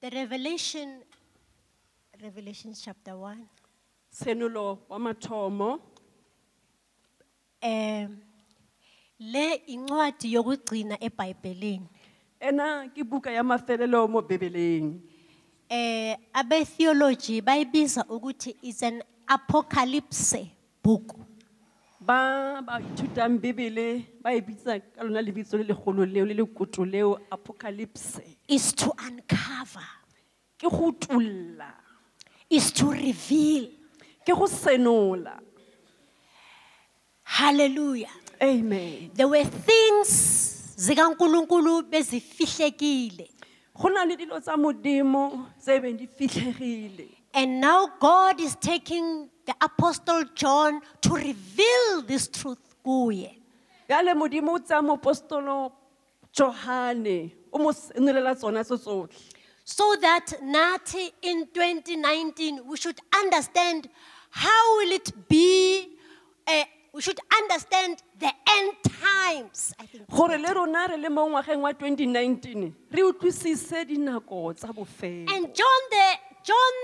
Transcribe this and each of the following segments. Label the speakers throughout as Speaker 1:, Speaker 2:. Speaker 1: The Revelation, Revelation chapter 1,
Speaker 2: senulo wamathomo
Speaker 1: um, le incwadi yokugcina eBhayibhelini.
Speaker 2: ena ke buka ya mafelelo mo bebeleng
Speaker 1: Eh abe theology bayibiza ukuthi is an apocalypse book.
Speaker 2: ba ba ithutang bebele ba e bitsa ka lona lebitso le legolo leo le lekoto leo apocalypse
Speaker 1: Is to uncover,
Speaker 2: ke go tulla
Speaker 1: is to reveal.
Speaker 2: ke go senola
Speaker 1: Hallelujah.
Speaker 2: amen
Speaker 1: There were things zikaNkuluNkulu bezifihlekile.
Speaker 2: go na le dilo tsa modimo tse beng di fitlhegile
Speaker 1: And now God is taking the apostle John to reveal this truth kuye.
Speaker 2: jale modimo o tsaya moapostolo johane o mo senolela tsona tse tsotlhe
Speaker 1: So that Nati in 2019 we should understand how will it be eh, we should understand the end times I think.
Speaker 2: gore le rona re le mo ngwageng wa 2019 re utlwisise dinako tsa bofelo
Speaker 1: And John the John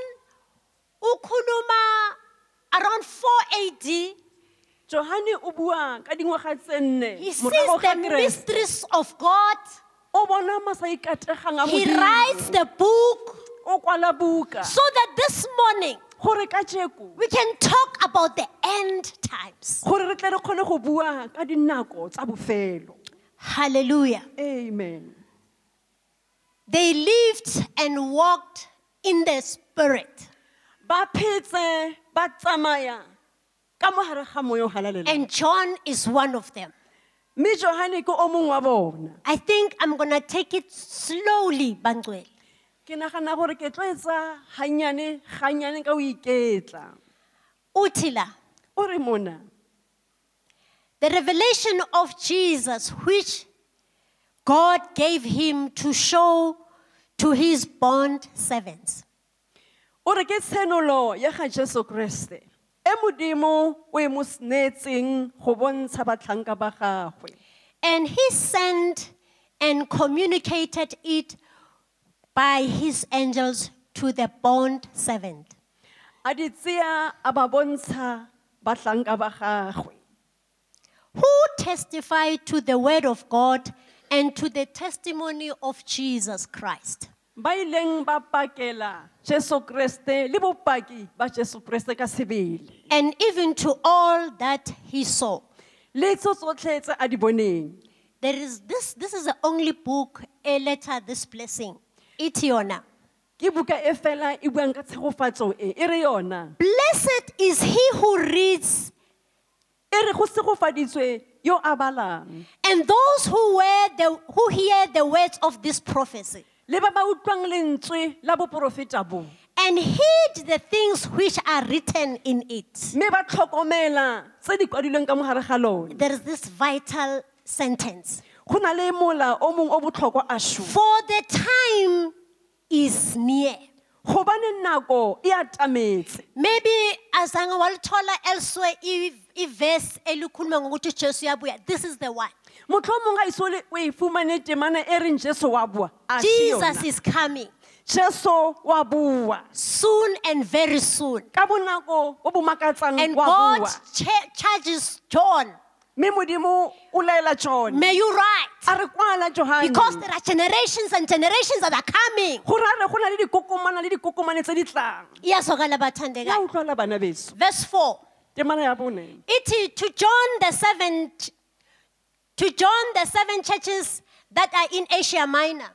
Speaker 1: ukhuluma around 4 AD
Speaker 2: johane o bua ka dingwaga tse
Speaker 1: he
Speaker 2: nne
Speaker 1: sees
Speaker 2: morago ga
Speaker 1: the
Speaker 2: keresete
Speaker 1: mysteries of God
Speaker 2: o bona masaikategang a
Speaker 1: he
Speaker 2: modimo
Speaker 1: writes the book
Speaker 2: o kwala buka
Speaker 1: so that this morning
Speaker 2: gore ka jeko
Speaker 1: we can talk about the end times.
Speaker 2: gore re tle re kgone go bua ka dinako tsa bofelo
Speaker 1: Hallelujah.
Speaker 2: amen
Speaker 1: They lived and walked in the spirit.
Speaker 2: ba phetse ba tsamaya ka mogare ga moyo galalela
Speaker 1: And John is one of them.
Speaker 2: mme johane ke o mongwe wa bona
Speaker 1: I think I'm going to take it slowly, Bangwele.
Speaker 2: ke nagana gore ke tloetsa gannyane gannyane ka o iketla
Speaker 1: Utila,
Speaker 2: o re mona
Speaker 1: the revelation of Jesus, which God gave him to show to his bond servants.
Speaker 2: o re ke tshenolo ya ga jesu kreste e modimo o e mo senetseng go bontsha batlhanka ba gagwe
Speaker 1: And he sent and communicated it by his angels to the bond servant.
Speaker 2: a di tseya a ba bontsha batlhanka ba gagwe
Speaker 1: who testify to the word of God and to the testimony of Jesus Christ.
Speaker 2: ba ileng ba pakela jesu kreste le bopaki ba jesu kreste ka sebele
Speaker 1: And even to all that he saw.
Speaker 2: le tso tsotlhe tse a di boneng
Speaker 1: There is this, this is the only book, a letter, this blessing. Itiona.
Speaker 2: ke buka e fela e buang ka tshegofatso e e re yona
Speaker 1: Blessed is he who reads,
Speaker 2: e re go segofaditswe yo a balang
Speaker 1: and those who wear the who hear the words of this prophecy,
Speaker 2: le ba ba utlwang lentswe la boporofeta boo
Speaker 1: and heed the things which are written in it.
Speaker 2: mme ba tlhokomela tse di kwadilweng ka mogare ga lone
Speaker 1: There is this vital sentence.
Speaker 2: go na le mola o mongwe o botlhokwa a su
Speaker 1: For the time is near.
Speaker 2: gobane nako e atametse
Speaker 1: Maybe azange walithola elsewhere i- iverse elikhuluma ngokuthi Jesu uyabuya. This is the one.
Speaker 2: motlho o mongwe a ise o le- o e fumane temana e reng jesu wa bua a se
Speaker 1: Jesus
Speaker 2: yona
Speaker 1: is coming
Speaker 2: jesu wa bua
Speaker 1: soon and very soon.
Speaker 2: ka bonako o bo makatsang
Speaker 1: And
Speaker 2: wa
Speaker 1: God
Speaker 2: bua
Speaker 1: cha- charges John,
Speaker 2: mme modimo o laela jone
Speaker 1: may you write
Speaker 2: a re kwala johane
Speaker 1: because there are generations and generations that are coming.
Speaker 2: gore a re go na le dikokomana le dikokomane tse di tlang
Speaker 1: Iyazwakala
Speaker 2: ya
Speaker 1: bathandekayo.
Speaker 2: utlwala bana beso
Speaker 1: Verse 4.
Speaker 2: temana ya bone
Speaker 1: It to John the seven to John the seven churches that are in Asia Minor.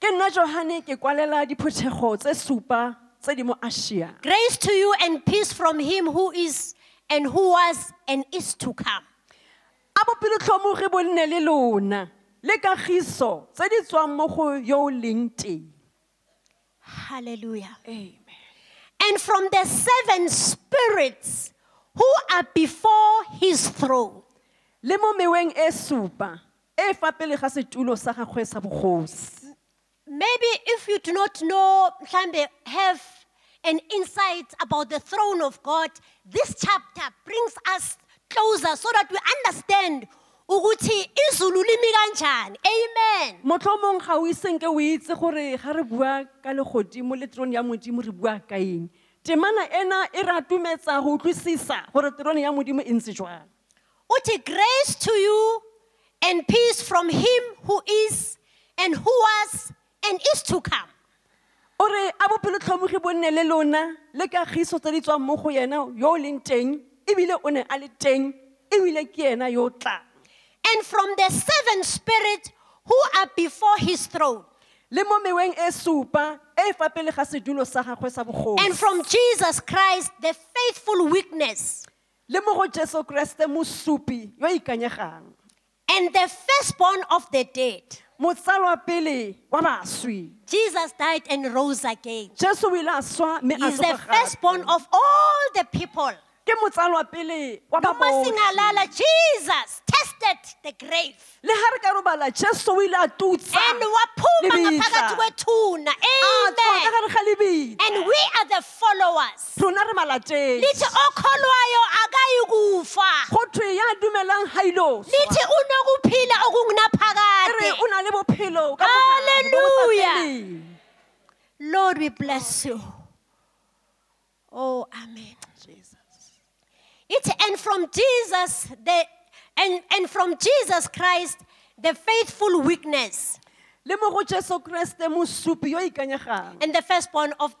Speaker 2: ke nna johane ke kwalela diphuthego tse supa tse di mo asia
Speaker 1: Grace to you and peace from him who is and who was and is to come.
Speaker 2: a bopelotlhomogi bo nne le lona le kagiso tse di tswang mo go yo o leng teng
Speaker 1: Hallelujah.
Speaker 2: amen
Speaker 1: And from the seven spirits who are before his throne.
Speaker 2: le mo meweng e supa e fa pele ga setulo sa gagwe sa bogosi
Speaker 1: Maybe if you do not know, mhlambe, have an insight about the throne of God, this chapter brings us closer so that we understand ukuthi izulu limi kanjani amen
Speaker 2: motlhomong ga o isenke o itse gore ga re bua ka legodimo le terone ya modimo re bua ka eng temana ena e re atumetsa go utlwisisa gore terone ya modimo e ntse jwang
Speaker 1: uthi grace to you and peace from him who is and who was and is to come
Speaker 2: o re a bopelotlhomogi bo nne le lona le kagiso tse di tswang mo go yena yo o leng teng ebile o ne a le teng ebile ke ena yo o tlang
Speaker 1: and from the seven spirit who are before his throne
Speaker 2: le mo meweng e supa e e fa pele ga sedulo sa gagwe sa
Speaker 1: and
Speaker 2: bogosi
Speaker 1: from Jesus Christ the faithful witness
Speaker 2: le mo go jesu kreste mosupi yo a ikanyegang
Speaker 1: and the firstborn of the dead
Speaker 2: motsalwa pele wa baswi
Speaker 1: Jesus died and rose again
Speaker 2: jesu o ile a swa mme
Speaker 1: He
Speaker 2: a
Speaker 1: is the
Speaker 2: tsoga gape.
Speaker 1: firstborn of all the people
Speaker 2: ke motsalwa pele wa ba botlhe.
Speaker 1: Nomasingalala, Jesus tested the grave
Speaker 2: le ga re ka robala jesu o ile a tutsa
Speaker 1: and waphuma
Speaker 2: lebitla.
Speaker 1: ngaphakathi kwethuna
Speaker 2: a tswa ka
Speaker 1: amen
Speaker 2: gare ga lebitla
Speaker 1: and we are the followers
Speaker 2: rona re malatetse
Speaker 1: lithi okholwayo akayi kufa
Speaker 2: go thwe ya dumelang ga ilo
Speaker 1: lithi unokuphila
Speaker 2: re
Speaker 1: okungunaphakade
Speaker 2: o na le bophelo ka bongata, bo bo sa
Speaker 1: Hallelujah.
Speaker 2: feleng.
Speaker 1: Lord, we bless you. Oh, amen. It's and from Jesus the and, and from Jesus Christ the faithful witness
Speaker 2: le mo go jesu kreste mosupi yo o ikanyegang
Speaker 1: and the firstborn of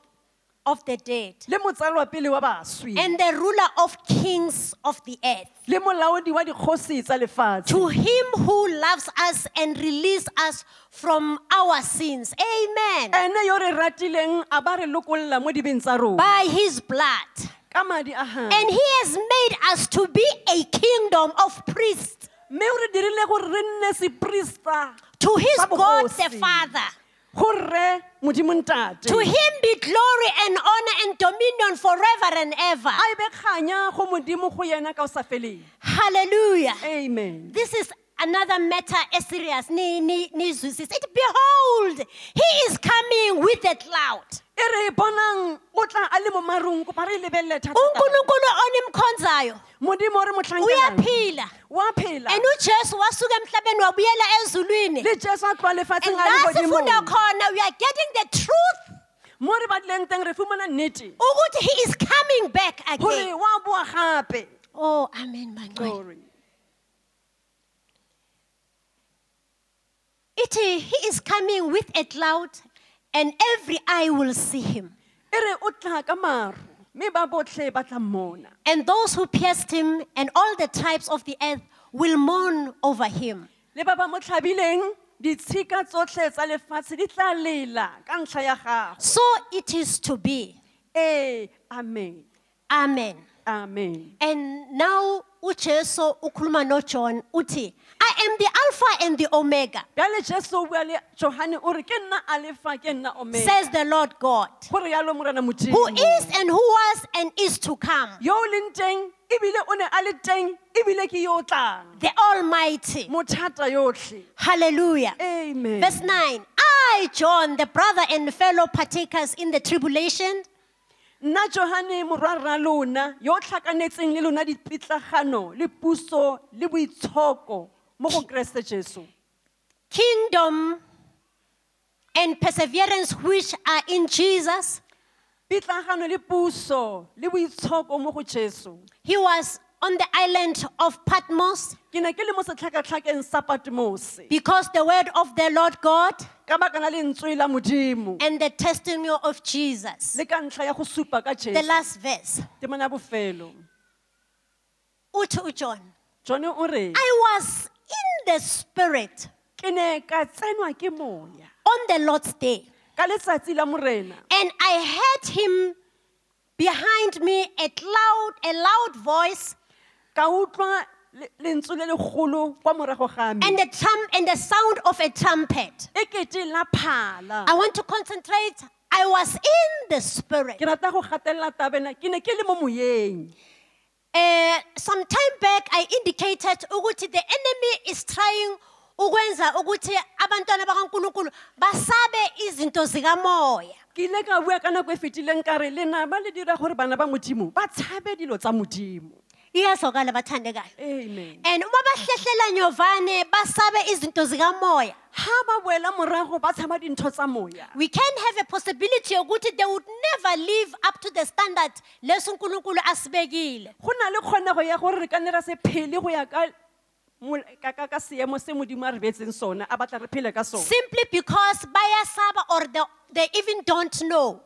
Speaker 1: of the dead
Speaker 2: le motsalwa pele wa baswi
Speaker 1: and the ruler of kings of the earth.
Speaker 2: le molaodi wa dikgosi tsa lefatshe
Speaker 1: To him who loves us and released us from our sins. Amen.
Speaker 2: ene yo re ratileng a ba re lokolola mo dibeng tsa rona
Speaker 1: By his blood.
Speaker 2: ka madi a gage
Speaker 1: And he has made us to be a kingdom of priests.
Speaker 2: mme o re dirile gore re nne seprista
Speaker 1: To his
Speaker 2: Babo
Speaker 1: God the
Speaker 2: Hosi.
Speaker 1: Father.
Speaker 2: go rre modimo ntate
Speaker 1: To him be glory and honor and dominion forever and ever.
Speaker 2: a e bekganya go modimo go yena ka o sa feleng
Speaker 1: Hallelujah.
Speaker 2: amen
Speaker 1: This is another matter as serious. Ni- ni- ni- Zeus is- It behold, he is coming with a cloud.
Speaker 2: e re e bonang o tla a le mo marung kopa re e lebelele thata taba.
Speaker 1: uNkulunkulu onimkhonzayo
Speaker 2: modimo o re motlhankelang
Speaker 1: uyaphila.
Speaker 2: wa phela
Speaker 1: And uJesu wasuka emhlabeni wabuyela ezulwini.
Speaker 2: le jesu a tloa
Speaker 1: And
Speaker 2: lefatsheng a
Speaker 1: la sifunda
Speaker 2: legodimong
Speaker 1: khona we are getting the truth
Speaker 2: mo re batlileng teng re fumana nnete
Speaker 1: ukuthi he is coming back
Speaker 2: gore
Speaker 1: again.
Speaker 2: wa boa gape
Speaker 1: Oh, amen, Manuel.
Speaker 2: Glory.
Speaker 1: It, uh, he is coming with a cloud, and every eye will see him.
Speaker 2: e re o tla ka maru mme ba botlhe ba tla mmona
Speaker 1: And those who pierced him and all the tribes of the earth will mourn over him.
Speaker 2: le ba ba mo tlhabileng ditshika tsotlhe tsa lefatshe di tla lela ka ntlha ya gago
Speaker 1: So it is to be.
Speaker 2: ee amen
Speaker 1: Amen.
Speaker 2: amen
Speaker 1: And now uJesu ukhuluma noJohn uthi I am the alpha and the omega
Speaker 2: jale jesu o bua le johane o re ke nna alefa ke nna omega
Speaker 1: says the Lord God
Speaker 2: gore yalo morena
Speaker 1: who
Speaker 2: modimo
Speaker 1: is and who was and is to come
Speaker 2: yo o leng teng ebile o ne a le teng ebile ke yo o tlang
Speaker 1: the almighty
Speaker 2: mothata yotlhe
Speaker 1: hallelujah
Speaker 2: amen
Speaker 1: Verse 9 I, John, the brother and fellow partakers in the tribulation,
Speaker 2: nna johane morwarra lona yo o tlhakanetseng le lona dipitlagano le puso le boitshoko mo go keresete jesu
Speaker 1: kingdom, and perseverance which are in Jesus.
Speaker 2: pitlagano le puso le boitshoko mo go jesu
Speaker 1: He was on the island of Patmos
Speaker 2: ke ne ke le mo setlhakatlhakeng sa patmose
Speaker 1: because the word of the Lord God
Speaker 2: ka baka la lentswe la modimo
Speaker 1: and the testimony of Jesus.
Speaker 2: le ka ntlha ya go supa ka
Speaker 1: The
Speaker 2: jesu
Speaker 1: last verse.
Speaker 2: temana ya bofelo
Speaker 1: Uthi uJohn,
Speaker 2: jone o re
Speaker 1: I was in the spirit
Speaker 2: ke ne ka tsenwa ke moya
Speaker 1: on the Lord's day,
Speaker 2: ka letsatsi la morena
Speaker 1: and I heard him behind me a loud, a loud voice
Speaker 2: ka utlwa le- lentswe le legolo kwa morago ga me
Speaker 1: and the trum- and the sound of a trumpet.
Speaker 2: e kete la phala
Speaker 1: I want to concentrate. I was in the spirit.
Speaker 2: ke rata go gatelela tabena ke ne ke le mo moyeng
Speaker 1: Uh, some time back, I indicated ukuthi the enemy is trying ukwenza ukuthi abantwana bakaNkulunkulu basabe izinto zikamoya.
Speaker 2: ke ile ka bua ka nako e fetileng ka re lenaba le dira gore bana ba modimo ba tshabe dilo tsa modimo
Speaker 1: iyazwakala bathandekayo
Speaker 2: amen
Speaker 1: and uma bahlehlela nyovane basabe izinto zikamoya
Speaker 2: ha ba boela morago ba tshaba dintho tsa moya
Speaker 1: we can have a possibility yokuthi they would never live up to the standard leso unkulunkulu asibekile
Speaker 2: go na le kgonego ya gore re ka ne ra se phele go ya ka mol- ka- ka ka seemo se modimo a re beetseng sona a batla re phele ka sone
Speaker 1: simply because bayasaba or they, they even don't know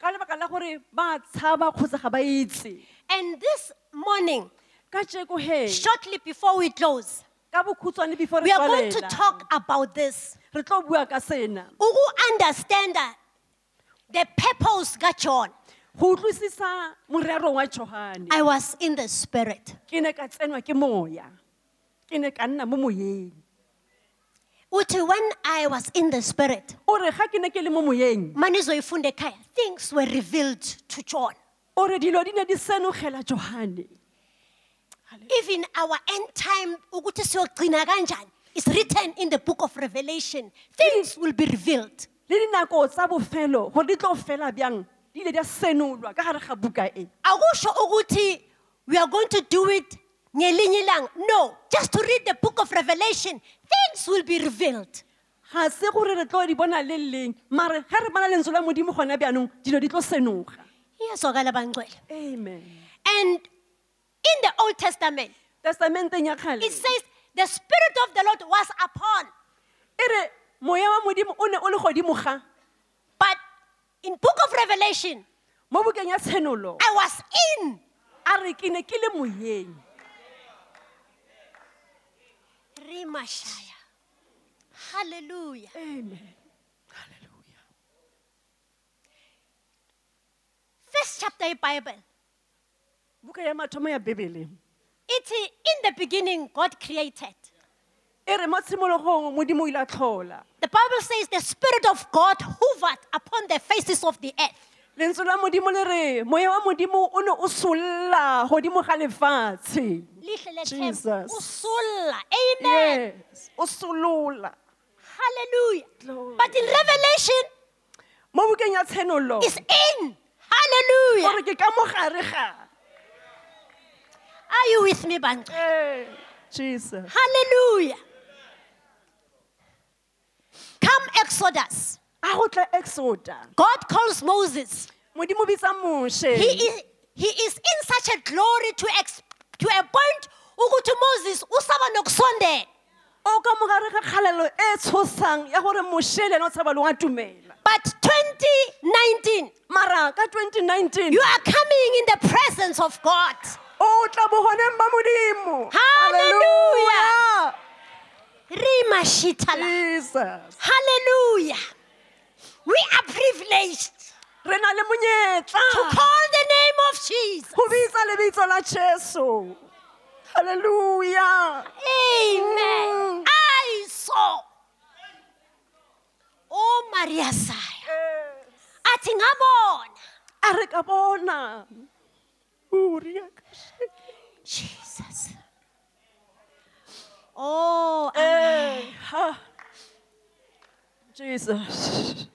Speaker 2: ka lebaka la gore ba tshaba kgotsa ga ba itse
Speaker 1: and this morning
Speaker 2: ka jeko he
Speaker 1: shortly before we close
Speaker 2: ka bokhutshwane before re
Speaker 1: we are going to
Speaker 2: tswalela
Speaker 1: talk about this
Speaker 2: re tlo bua ka sena
Speaker 1: uku-understanda the purpose kajohn
Speaker 2: go utlwisisa morero wa johane
Speaker 1: i was in the spirit
Speaker 2: ke ne ka tsenwa ke moya ke ne ka nna mo moyeng
Speaker 1: uthi when i was in the spirit
Speaker 2: o re ga ke ne ke le mo moyeng
Speaker 1: manizoyifunda ekhaya things were revealed to john
Speaker 2: o re dilo di ne di senogela johane
Speaker 1: even our end time ukuthi siyogcina kanjani is written in the book of revelation things will be revealed
Speaker 2: le dinako tsa bofelo gore di tlo fela bjang di ile di a senolwa ka gare ga buka e
Speaker 1: akusho ukuthi we are going to do it ngelinye ilanga no just to read the book of revelation things will be revealed
Speaker 2: ga se gore re tlo di bona le leng mare ge re bona lentswe la modimo gona bjanong dilo di tlo senoga
Speaker 1: iyazwakala bangcwele
Speaker 2: amen
Speaker 1: and in the old testament
Speaker 2: testamenteng ya kgale
Speaker 1: it says the spirit of the lord was upon
Speaker 2: e re moya wa modimo o ne o le godimo ga
Speaker 1: but in book of revelation
Speaker 2: mo bukeng ya tshenolo
Speaker 1: i was in
Speaker 2: a re ke ne ke le moyeng
Speaker 1: rimashaya hallelujah
Speaker 2: amen halleluja
Speaker 1: first chapter yeBhayibheli
Speaker 2: buka ya mathomo ya bebele
Speaker 1: ithi in the beginning God created.
Speaker 2: e re mo tshimologong modimo o ile a tlhola
Speaker 1: The Bible says the spirit of God hovered upon the faces of the earth.
Speaker 2: lentswe la modimo le re moya wa modimo o ne o solola godimo ga lefatshe
Speaker 1: Lihle le themba.
Speaker 2: Jesus.
Speaker 1: Usulla. Amen.
Speaker 2: yes o solola
Speaker 1: Hallelujah.
Speaker 2: Glory.
Speaker 1: But in Revelation
Speaker 2: mo bukeng ya tshenolo
Speaker 1: is in. Hallelujah.
Speaker 2: gore ke ka mogare ga
Speaker 1: Are you with me, Bang?
Speaker 2: Eh, jesus
Speaker 1: Hallelujah. Come Exodus.
Speaker 2: a go tla exoda
Speaker 1: God calls Moses.
Speaker 2: modimo o bitsa moshe
Speaker 1: He is, he is in such a glory to, ex, to a point ukuthi Moses usaba nokusondela.
Speaker 2: o ka mogare ga kgalelo e tshosang ya gore moshe le ena o tshaba le wa tumela
Speaker 1: But 2019,
Speaker 2: mara ka 2019
Speaker 1: you are coming in the presence of God.
Speaker 2: o tla bogoneng ba modimo
Speaker 1: Hallelujah.
Speaker 2: Hallelujah.
Speaker 1: Rima shitala.
Speaker 2: jesus
Speaker 1: Hallelujah. We are privileged
Speaker 2: re na le monyetla
Speaker 1: to call the name of Jesus.
Speaker 2: go bitsa lebitso la jesu halleluja
Speaker 1: Amen.
Speaker 2: Mm.
Speaker 1: I saw. Oh, Maria Saya. Athi ngabona.
Speaker 2: a re ka bona Uriaka.
Speaker 1: Jesus. Oh,
Speaker 2: Eh, ha. jesus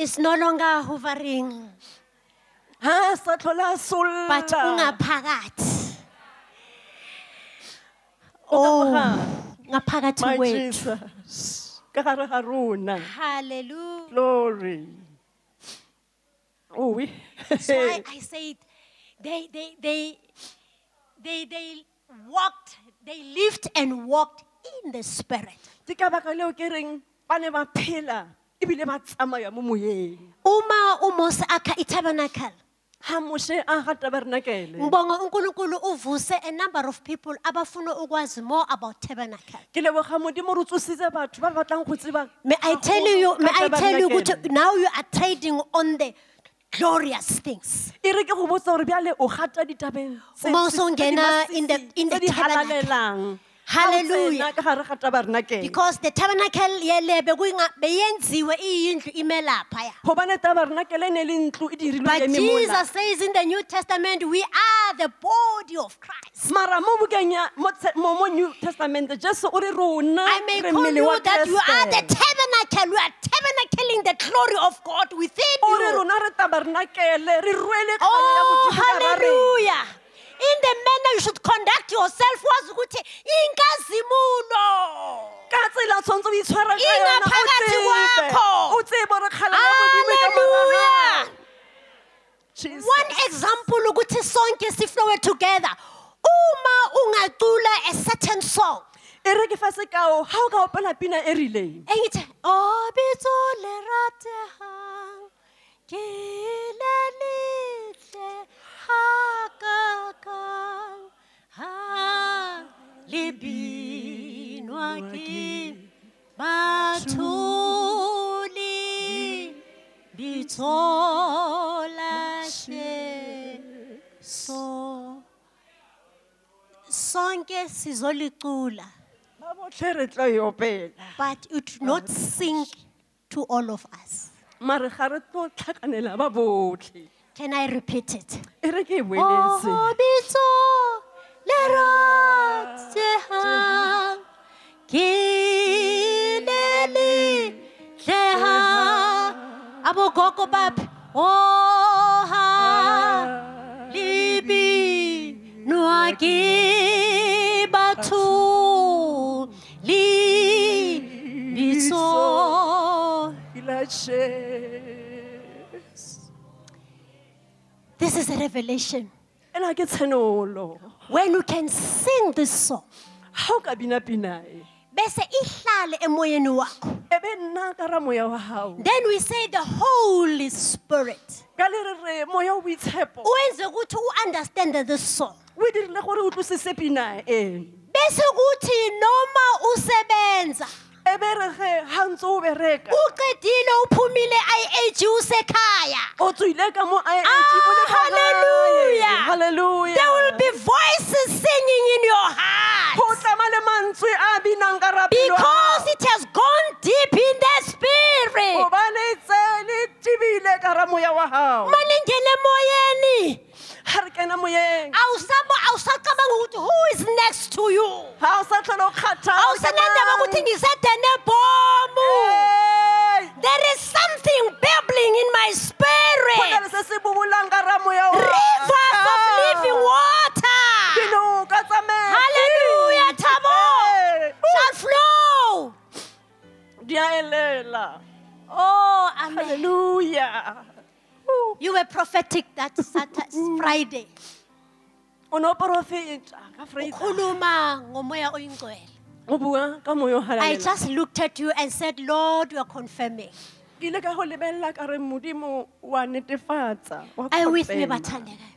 Speaker 1: it's no longer hovering,
Speaker 2: ha a sa tlhola solla
Speaker 1: but ungaphakathi.
Speaker 2: Oh,
Speaker 1: ngaphakathi
Speaker 2: my
Speaker 1: kwethu
Speaker 2: Jesus. Ka gare ga rona.
Speaker 1: hallelujah
Speaker 2: Glory. Oh, we.
Speaker 1: that's why i said they they they they they walked they lived and walked in the spirit
Speaker 2: Ke ka baka leo ke reng ba ne ba phela ebile ba tsamaya mo moyeng.
Speaker 1: uma umose akha itabernacle
Speaker 2: Ha moshe a ga tabernakele.
Speaker 1: ngibonga unkulunkulu uvuse a number of people abafuna ukwazi more about tabernacle
Speaker 2: Ke leboga modimo re tsositse batho ba ba batlang go tseba.
Speaker 1: may i tell you may i tell you ukuthi
Speaker 2: Tabernakele.
Speaker 1: now you are trading on the glorious things
Speaker 2: E re ke go botsa gore bjale o gata ditabeng tse-
Speaker 1: Uma o
Speaker 2: tse-
Speaker 1: so
Speaker 2: tse di
Speaker 1: ngena in the-
Speaker 2: masisi,
Speaker 1: in the
Speaker 2: tse di
Speaker 1: tabernacle.
Speaker 2: halalelang.
Speaker 1: Hallelujah.
Speaker 2: Ha o tsena ka gare ga tabernakele.
Speaker 1: because the tabernacle yele bekuyinga- beyenziwe iyindlu imelapha
Speaker 2: gobane tabernakele e ne le ntlo e
Speaker 1: But
Speaker 2: dirilwe
Speaker 1: Jesus says in the New Testament, we are the body of Christ.
Speaker 2: mara mo bukeng ya mo tse- mo mo new testament jesu o re rona
Speaker 1: I may
Speaker 2: re
Speaker 1: call
Speaker 2: mmele wa
Speaker 1: you that you are the
Speaker 2: Kreste.
Speaker 1: tabernacle. We are tabernacling the glory of God within
Speaker 2: ore
Speaker 1: you.
Speaker 2: rona re tabarenakele re ruele
Speaker 1: Oh,
Speaker 2: kgang ya modimo ka hara rena.
Speaker 1: hallelujah. In the manner you should conduct yourself was ukuthi inkazimulo.
Speaker 2: ka tsela tshwantse o itshwara ka
Speaker 1: Inga
Speaker 2: yona o
Speaker 1: phakathi
Speaker 2: tsebe
Speaker 1: kwakho.
Speaker 2: o tsebe ore kgala ya modimo e ka morao
Speaker 1: Hallelujah. One example ukuthi sonke siflowe together. Uma ungacula a certain song.
Speaker 2: e re ke fa sekao ga o ka opela pina e rileng
Speaker 1: Engithi obitso le ratehang ke le litle hakakang ha le binwa ke batho le bitso la so sonke sizolicula
Speaker 2: ba botlhe re tlo e opela
Speaker 1: but it would not sink to all of us.
Speaker 2: mare ga re tlo tlhakanela ba botlhe
Speaker 1: Can I repeat it?
Speaker 2: e re ke e boeletse
Speaker 1: Oh, bitso le ratehang, ke le letlehang. Abogogo baphi? Oh, ha lebinwa ke batho le bitso. This is a revelation.
Speaker 2: ena ke tshenolo
Speaker 1: When you can sing this song,
Speaker 2: ga o ka bina-pina e
Speaker 1: bese ihlale emoyeni wakho.
Speaker 2: e be nna ka ra moya wa gago
Speaker 1: Then we say the Holy Spirit.
Speaker 2: ka le re re moya o boitshepo
Speaker 1: Wenze ukuthi understand this song.
Speaker 2: o e dirile gore o tlosise pina e. eno
Speaker 1: Bese kuthi noma usebenza,
Speaker 2: e be re ge ga ntse o bereka
Speaker 1: uqedile uphumile IAG usekhaya.
Speaker 2: o tswile ka mo IIT, o le
Speaker 1: Ah,
Speaker 2: ka gae.
Speaker 1: hallelujah. There will
Speaker 2: Hallelujah.
Speaker 1: be voices singing in your heart
Speaker 2: go tlama le mantswe a binang ka rapelo
Speaker 1: because it has gone deep in the spirit.
Speaker 2: gobane tse le tibile ka ra moya wa gago
Speaker 1: Malingena emoyeni.
Speaker 2: ga re kena moyeng
Speaker 1: Awusabo- awusacabanga ukuthi who is next to you.
Speaker 2: ga o sa tlhole o kgathala, o
Speaker 1: Awusanandaba
Speaker 2: kemang.
Speaker 1: ukuthi ngisedene bomu.
Speaker 2: Hey.
Speaker 1: There is something bubbling in my
Speaker 2: Go na
Speaker 1: spirit.
Speaker 2: le se se bubulang ka ra moya wa- Ah!
Speaker 1: Rivers of living water.
Speaker 2: Dinoka tsa metsi.
Speaker 1: Hallelujah, Thabo.
Speaker 2: Hey.
Speaker 1: Shall flow.
Speaker 2: di a elela
Speaker 1: Oh, amen.
Speaker 2: halleluja Woo.
Speaker 1: You were prophetic that Saturday, Friday.
Speaker 2: o ne o porofeta ka Freitag.
Speaker 1: Ukhuluma ngomoya oyingcwele.
Speaker 2: o bua ka moya o
Speaker 1: I
Speaker 2: halalela.
Speaker 1: just looked at you and said, Lord, you are confirming.
Speaker 2: ke ile ka go lebelela ka re modimo wa netefatsa wa
Speaker 1: Are you with me,
Speaker 2: confirma.
Speaker 1: bathandeka?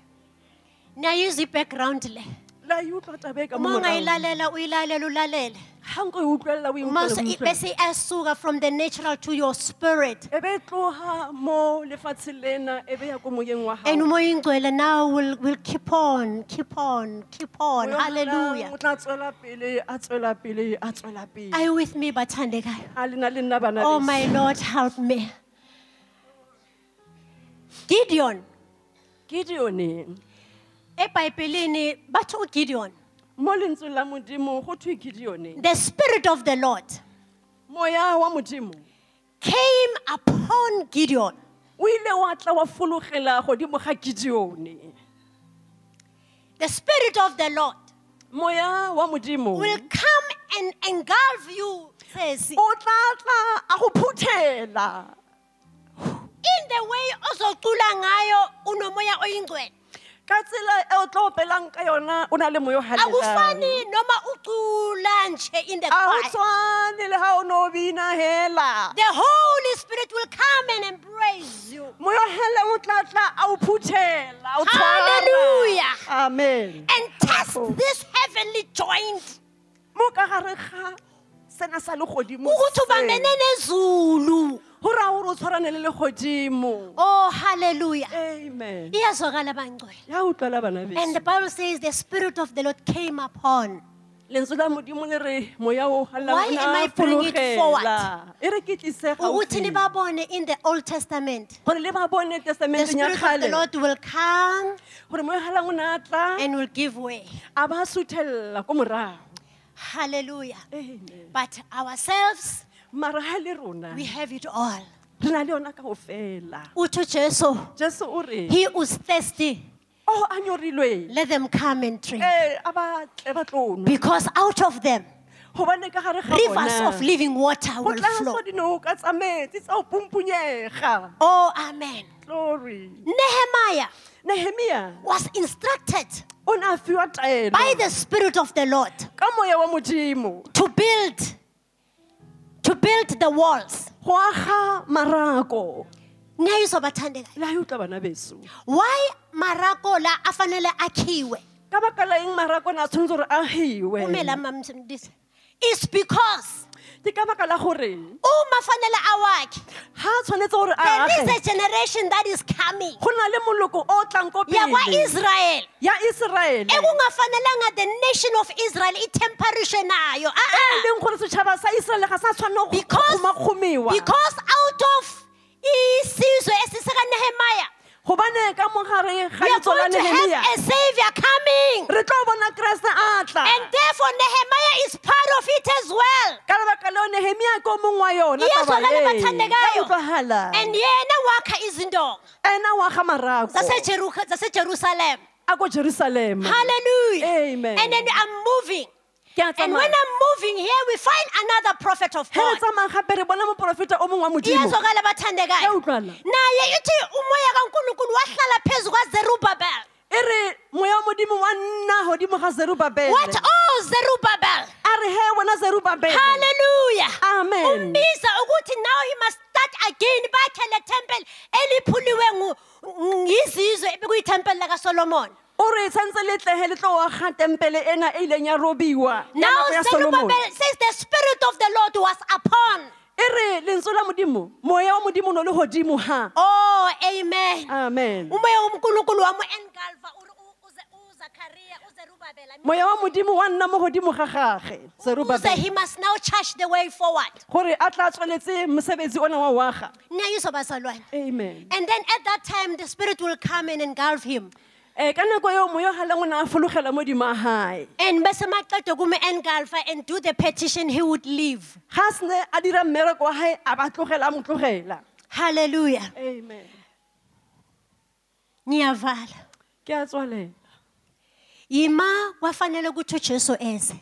Speaker 1: Niyayiza i-background le.
Speaker 2: la e utlwa taba e ka
Speaker 1: Uma
Speaker 2: mo morago.
Speaker 1: ungayilalela uyilalele ulalele.
Speaker 2: Ha nko e utlwelela, o e
Speaker 1: Uma
Speaker 2: utlwele, o e
Speaker 1: uso-
Speaker 2: utlwele.
Speaker 1: bese iyasuka from the natural to your spirit.
Speaker 2: e be e tloga mo lefatsheng lena e be ya ko moyeng wa
Speaker 1: And
Speaker 2: gago.
Speaker 1: umoya ingcwele now will will keep on, keep on, keep on.
Speaker 2: Moya o halang,
Speaker 1: Hallelujah.
Speaker 2: o tla tswela pele a tswela pele a tswela pele
Speaker 1: Are you with me, bathandeka?
Speaker 2: a lena le nna bana
Speaker 1: Oh,
Speaker 2: beso.
Speaker 1: my Lord, help me. Gideon.
Speaker 2: Gideon-e,
Speaker 1: ebhayibhelini bathi ugideon
Speaker 2: mo lentsweng la modimo go thwe Gideon-e,
Speaker 1: the spirit of the lord
Speaker 2: moya wa modimo
Speaker 1: came upon gideon
Speaker 2: o ile wa tla wa fologela godimo ga Gideon-e.
Speaker 1: the spirit of the lord
Speaker 2: moya wa modimo
Speaker 1: will come and engulf you says
Speaker 2: o tla tla a go phuthela
Speaker 1: in the way ozocula ngayo unomoya oyingcwele
Speaker 2: ka tsela e o tla opelang ka yona o na le moya o
Speaker 1: akufani
Speaker 2: halelang
Speaker 1: noma ucula nje in the
Speaker 2: a go
Speaker 1: choir
Speaker 2: tshwane le ga o ne o bina hela
Speaker 1: the holy spirit will come and embrace you
Speaker 2: moya o hela o tla tla a o phuthela o tshwara.
Speaker 1: Hallelujah.
Speaker 2: amen
Speaker 1: and test this heavenly joint
Speaker 2: mo ka gare ga sena sa legodimo
Speaker 1: ukuthi
Speaker 2: se,
Speaker 1: ubambene nezulu
Speaker 2: ho raya hore o tshwarane le legodimo
Speaker 1: oh hallelujah
Speaker 2: amen
Speaker 1: iyazwakala bangcwele
Speaker 2: ya utlwela bana
Speaker 1: And the
Speaker 2: beso
Speaker 1: Bible says the Spirit of the Lord came upon.
Speaker 2: lentswe la modimo le re moya o
Speaker 1: Why
Speaker 2: halelang
Speaker 1: am I
Speaker 2: ona
Speaker 1: bringing it
Speaker 2: fologela
Speaker 1: forward?
Speaker 2: e re ke tlise
Speaker 1: Ukuthi
Speaker 2: gaufi.
Speaker 1: libabone in the Old Testament.
Speaker 2: gore le ba bone
Speaker 1: The
Speaker 2: testamenteng ya
Speaker 1: Spirit of the
Speaker 2: kgale
Speaker 1: Lord will come
Speaker 2: gore moya o halelang o ne a tla
Speaker 1: and will give way.
Speaker 2: a ba suthelela ko morago
Speaker 1: Hallelujah.
Speaker 2: amen
Speaker 1: But ourselves,
Speaker 2: mara ha le rona
Speaker 1: we have it all.
Speaker 2: re na le yona kaofela
Speaker 1: utho jesu
Speaker 2: jesu o re
Speaker 1: he who's thirsty
Speaker 2: o Oh, a nyorilweng
Speaker 1: let them come and drink
Speaker 2: ee a batle ba tlono
Speaker 1: because out of them
Speaker 2: gobane ka gare ga
Speaker 1: rivers
Speaker 2: bona,
Speaker 1: of living water
Speaker 2: go
Speaker 1: will flow
Speaker 2: tlaswa dinoka tsa metsi tsa go pumpunyega
Speaker 1: oh amen
Speaker 2: glory
Speaker 1: nehemiah
Speaker 2: nehemia
Speaker 1: was instructed
Speaker 2: o ne a fiwa taelo
Speaker 1: by the spirit of the lord
Speaker 2: ka moya wa modimo
Speaker 1: to build to build the walls
Speaker 2: go aga marako
Speaker 1: ngiyayizwa bathandekayo
Speaker 2: le a utlwa bana beso
Speaker 1: why marako la afanele akhiwe
Speaker 2: ka baka la eng marako ne a tshwanetse gore a hiwe
Speaker 1: kumela mamsindisi is because
Speaker 2: ke ka baka la gore
Speaker 1: uma fanele awakhe
Speaker 2: ga a tshwanetse gore a
Speaker 1: there is
Speaker 2: age
Speaker 1: a generation that is coming
Speaker 2: go na le moloko o tlang ko pele
Speaker 1: yakwa-israyeli
Speaker 2: ya iseraele
Speaker 1: E ekungafanelanga the nation of israel itemperishe nayo Ah, ah.
Speaker 2: e leng gore setšhaba sa iseraele ga sa tshwanela go
Speaker 1: Because-
Speaker 2: kgomakgomiwa
Speaker 1: because out of isizwe esisikanehemaya
Speaker 2: gobane ka mogare
Speaker 1: we
Speaker 2: ga
Speaker 1: are
Speaker 2: letso la
Speaker 1: going to
Speaker 2: nehemia
Speaker 1: have a savior coming
Speaker 2: re tlo bona keresete a tla
Speaker 1: and therefore nehemiah is part of it as well
Speaker 2: ka lebaka leo nehemia ke o mongwe wa yona
Speaker 1: Yes,
Speaker 2: taba
Speaker 1: wena le
Speaker 2: ee.
Speaker 1: bathandekayo.
Speaker 2: Ya utlwahala
Speaker 1: and yena wakha izindonga
Speaker 2: ena wa ga marako
Speaker 1: zasejeru- zasejerusalem
Speaker 2: a ko jerusalema
Speaker 1: hallelujah
Speaker 2: Amen.
Speaker 1: and then i'm moving
Speaker 2: ke a
Speaker 1: and when
Speaker 2: tsamaya
Speaker 1: i'm moving here we find another prophet of
Speaker 2: ge re
Speaker 1: god
Speaker 2: tsamayang gape re bona moporofeta o mongwe wa modimo
Speaker 1: iyazokala bathandekayo
Speaker 2: Ya utlwala.
Speaker 1: naye ithi umoya kankulunkulu wahlala phezu kwazerubabel
Speaker 2: e re moya wa modimo wa nna godimo ga zerubabele
Speaker 1: what oh zerubabel
Speaker 2: a re he wena zerubabele
Speaker 1: hallelujah
Speaker 2: amen
Speaker 1: umbiza ukuthi now he must start again bakhe le temple eliphuliwe ngu- ngizizwe bekuyithempeli lakasolomon
Speaker 2: o re tshwanetse letlege le tlo aga tempele ena e ileng ya robiwa ya
Speaker 1: now
Speaker 2: nako ya Solomon.
Speaker 1: zerubabel says the spirit of the lord was upon
Speaker 2: e re lentswe la modimo moya wa modimo o ne o le godimo ha
Speaker 1: oh amen
Speaker 2: amen
Speaker 1: umoya womkulunkulu wa mo-engalva uzakharia uzerubabel I mean,
Speaker 2: moya wa modimo wa nna mo godimo ga gage
Speaker 1: uze
Speaker 2: zerubabele
Speaker 1: he must now charge the way forward
Speaker 2: gore a tla tswaletse mosebetsi ona wa waga
Speaker 1: niyayizwa bazalwane
Speaker 2: amen
Speaker 1: and then at that time the spirit will come and engulf him
Speaker 2: um ka nako eo moya o galeng o ne a fologela modimo a gae
Speaker 1: and bese maqeda kume-engulfa and do the petition he would leave
Speaker 2: ga a sene a dira mmereko wa gae a ba tlogela a mo tlogela
Speaker 1: Hallelujah.
Speaker 2: amen
Speaker 1: Ngiyavala.
Speaker 2: ke a tswalela
Speaker 1: Yima kwafanele ukuthi uJesu eze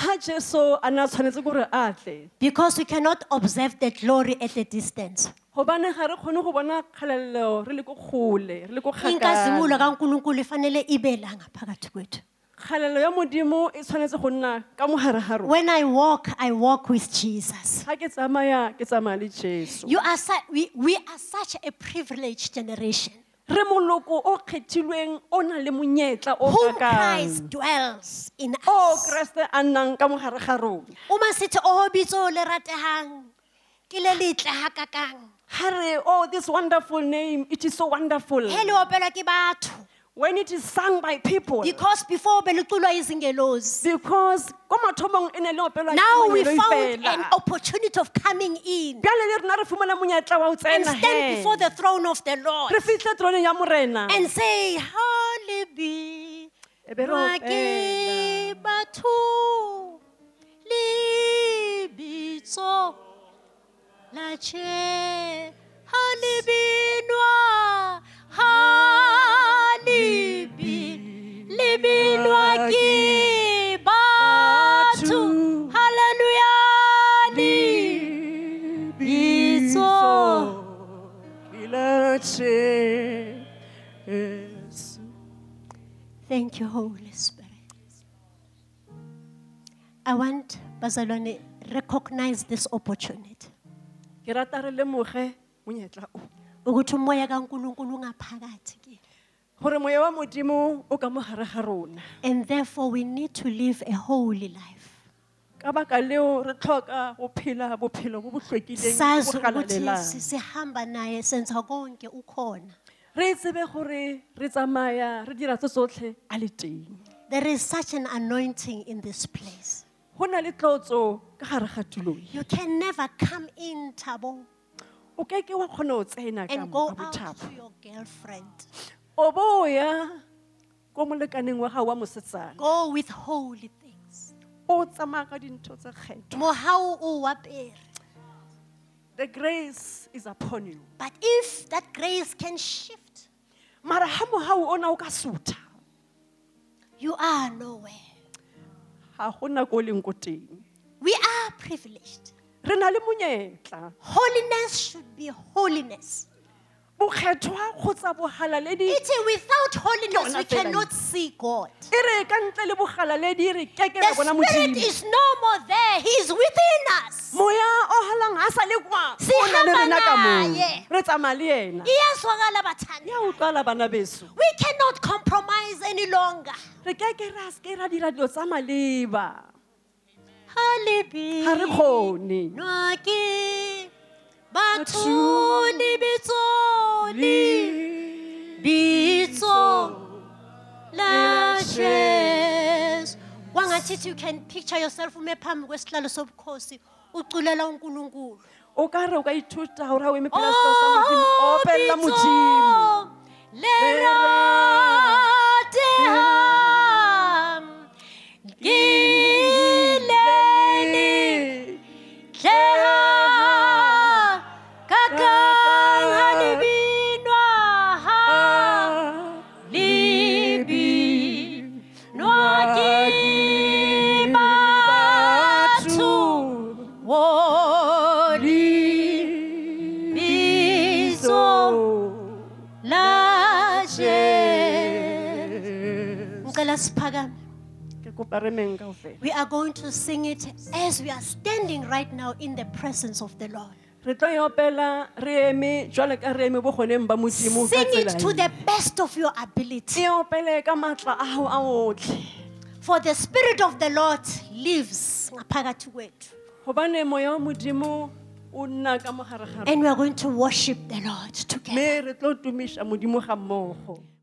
Speaker 2: ga jesu a ne a tshwanetse kore a tle
Speaker 1: because we cannot observe the glory at a distance.
Speaker 2: gobane ga re kgone go bona kgalelelo re le ko kgole re le ko kgakala
Speaker 1: Inkazimulo kaNkuluNkulu ifanele ibe la ngaphakathi kwethu.
Speaker 2: kgalelo ya modimo e tshwanetse go nna ka mogare ga rona
Speaker 1: When I walk, I walk with Jesus.
Speaker 2: ga ke tsamaya ke tsamaya le jesu
Speaker 1: You are su- we, we are such a privileged generation.
Speaker 2: re moloko o kgethilweng o na le monyetla o
Speaker 1: Whom
Speaker 2: kakang
Speaker 1: Christ dwells in
Speaker 2: o
Speaker 1: us.
Speaker 2: keresete a nnang ka mogare ga rona
Speaker 1: Uma sithi o bitso le ratehang ke le letle hakakang.
Speaker 2: ga re oh this wonderful name it is so wonderful
Speaker 1: Hele opelwa ke batho
Speaker 2: when it is sung by people
Speaker 1: because before beliculwa izingelozi.
Speaker 2: because ko mathomong e ne le opelwa ke
Speaker 1: Now we
Speaker 2: monyeloi
Speaker 1: found
Speaker 2: fela.
Speaker 1: an opportunity of coming in
Speaker 2: bjale le rena re fumana monyetla wa o
Speaker 1: and
Speaker 2: tsena
Speaker 1: stand
Speaker 2: he.
Speaker 1: before the throne of the Lord
Speaker 2: re fitlhe troneng ya morena
Speaker 1: and say, Holy be
Speaker 2: E be re
Speaker 1: eh,
Speaker 2: opela.
Speaker 1: Rakibatu Libito Lache Holy be Noa Holy be Libinwa Kibatu Hallelujah Libito Itso.
Speaker 2: Ilache, Yesu.
Speaker 1: Thank you, Holy Spirit. I want Bazalone recognize this opportunity.
Speaker 2: ke rata re lemoge monyetla o
Speaker 1: ukuthi umoya kaNkuluNkulu ungaphakathi kini.
Speaker 2: gore moya wa modimo o ka mogare ga rona
Speaker 1: And therefore we need to live a holy life.
Speaker 2: ka baka leo re tlhoka go phela bophelo bo bo hlwekileng, bo
Speaker 1: Sazi
Speaker 2: bo
Speaker 1: ukuthi
Speaker 2: galalelang.
Speaker 1: si- sihamba naye senza konke ukhona.
Speaker 2: re tsebe gore re tsamaya re dira tse tsotlhe a le teng
Speaker 1: There is such an anointing in this place.
Speaker 2: go na le tlotso ka gare ga tuloi
Speaker 1: You can never come in Tabo
Speaker 2: o ke ke wa kgona go tsena ka
Speaker 1: and go
Speaker 2: mo- ka
Speaker 1: out
Speaker 2: bothabo
Speaker 1: to your girlfriend.
Speaker 2: o boya ko molekaneng wa gago wa mosetsana
Speaker 1: Go with holy things.
Speaker 2: o tsamaya ka dintho tse kgetho
Speaker 1: Mohau o wapere.
Speaker 2: the the grace is upon you
Speaker 1: But if that grace can shift,
Speaker 2: mara ha mohau ona o ka sutha
Speaker 1: you are nowhere.
Speaker 2: ga go nako o leng ko teng
Speaker 1: We are privileged.
Speaker 2: re na le monyetla
Speaker 1: Holiness should be holiness.
Speaker 2: bokgethwa kgotsa bogalaledi
Speaker 1: It is without holiness
Speaker 2: Yona
Speaker 1: we
Speaker 2: fela
Speaker 1: cannot see God.
Speaker 2: e re ka ntle le bogalaledi re keke
Speaker 1: The
Speaker 2: ra bona
Speaker 1: Spirit
Speaker 2: modimo
Speaker 1: is no more there, He is within us.
Speaker 2: moya o galang a sa le kwa
Speaker 1: Se
Speaker 2: o na le rena ka
Speaker 1: hamba
Speaker 2: moo
Speaker 1: naye.
Speaker 2: re tsamaya le ena
Speaker 1: Iyazwakala bathandi.
Speaker 2: ya utlwala bana beso
Speaker 1: We cannot compromise any longer.
Speaker 2: re keke ra seke ra dira dilo tsa maleba
Speaker 1: Holy be.
Speaker 2: ga re kgone
Speaker 1: Nwaki.
Speaker 2: Batho.
Speaker 1: Batho lebitso le- Bitso la Jesu. Wangathi you can picture yourself ume phambi kwesihlalo sobukhosi uculela uNkulunkulu.
Speaker 2: o ka re o ka ithuta gore ga o eme phela setlo sa modimo
Speaker 1: Oh,
Speaker 2: opelela modimo
Speaker 1: bitso lerate ham. Gileni tleha kakang ha lebinwa ha. Libi Nwaki Batu Bizo Laje Mkala siphakame.
Speaker 2: ke kopa re meng kao fela
Speaker 1: We are going to sing it as we are standing right now in the presence of the Lord.
Speaker 2: re tlo e opela re eme jwale ka re eme bogoneng ba modimo ka
Speaker 1: Sing it
Speaker 2: tsela
Speaker 1: to
Speaker 2: e.
Speaker 1: the best of your ability.
Speaker 2: e opele ka maatla a gago a otlhe
Speaker 1: For the Spirit of the Lord lives ngaphakathi kwethu.
Speaker 2: gobane moya wa modimo o nna ka mogare gare
Speaker 1: And we are going to worship the Lord together.
Speaker 2: mme re tlo tumiša modimo ga mmogo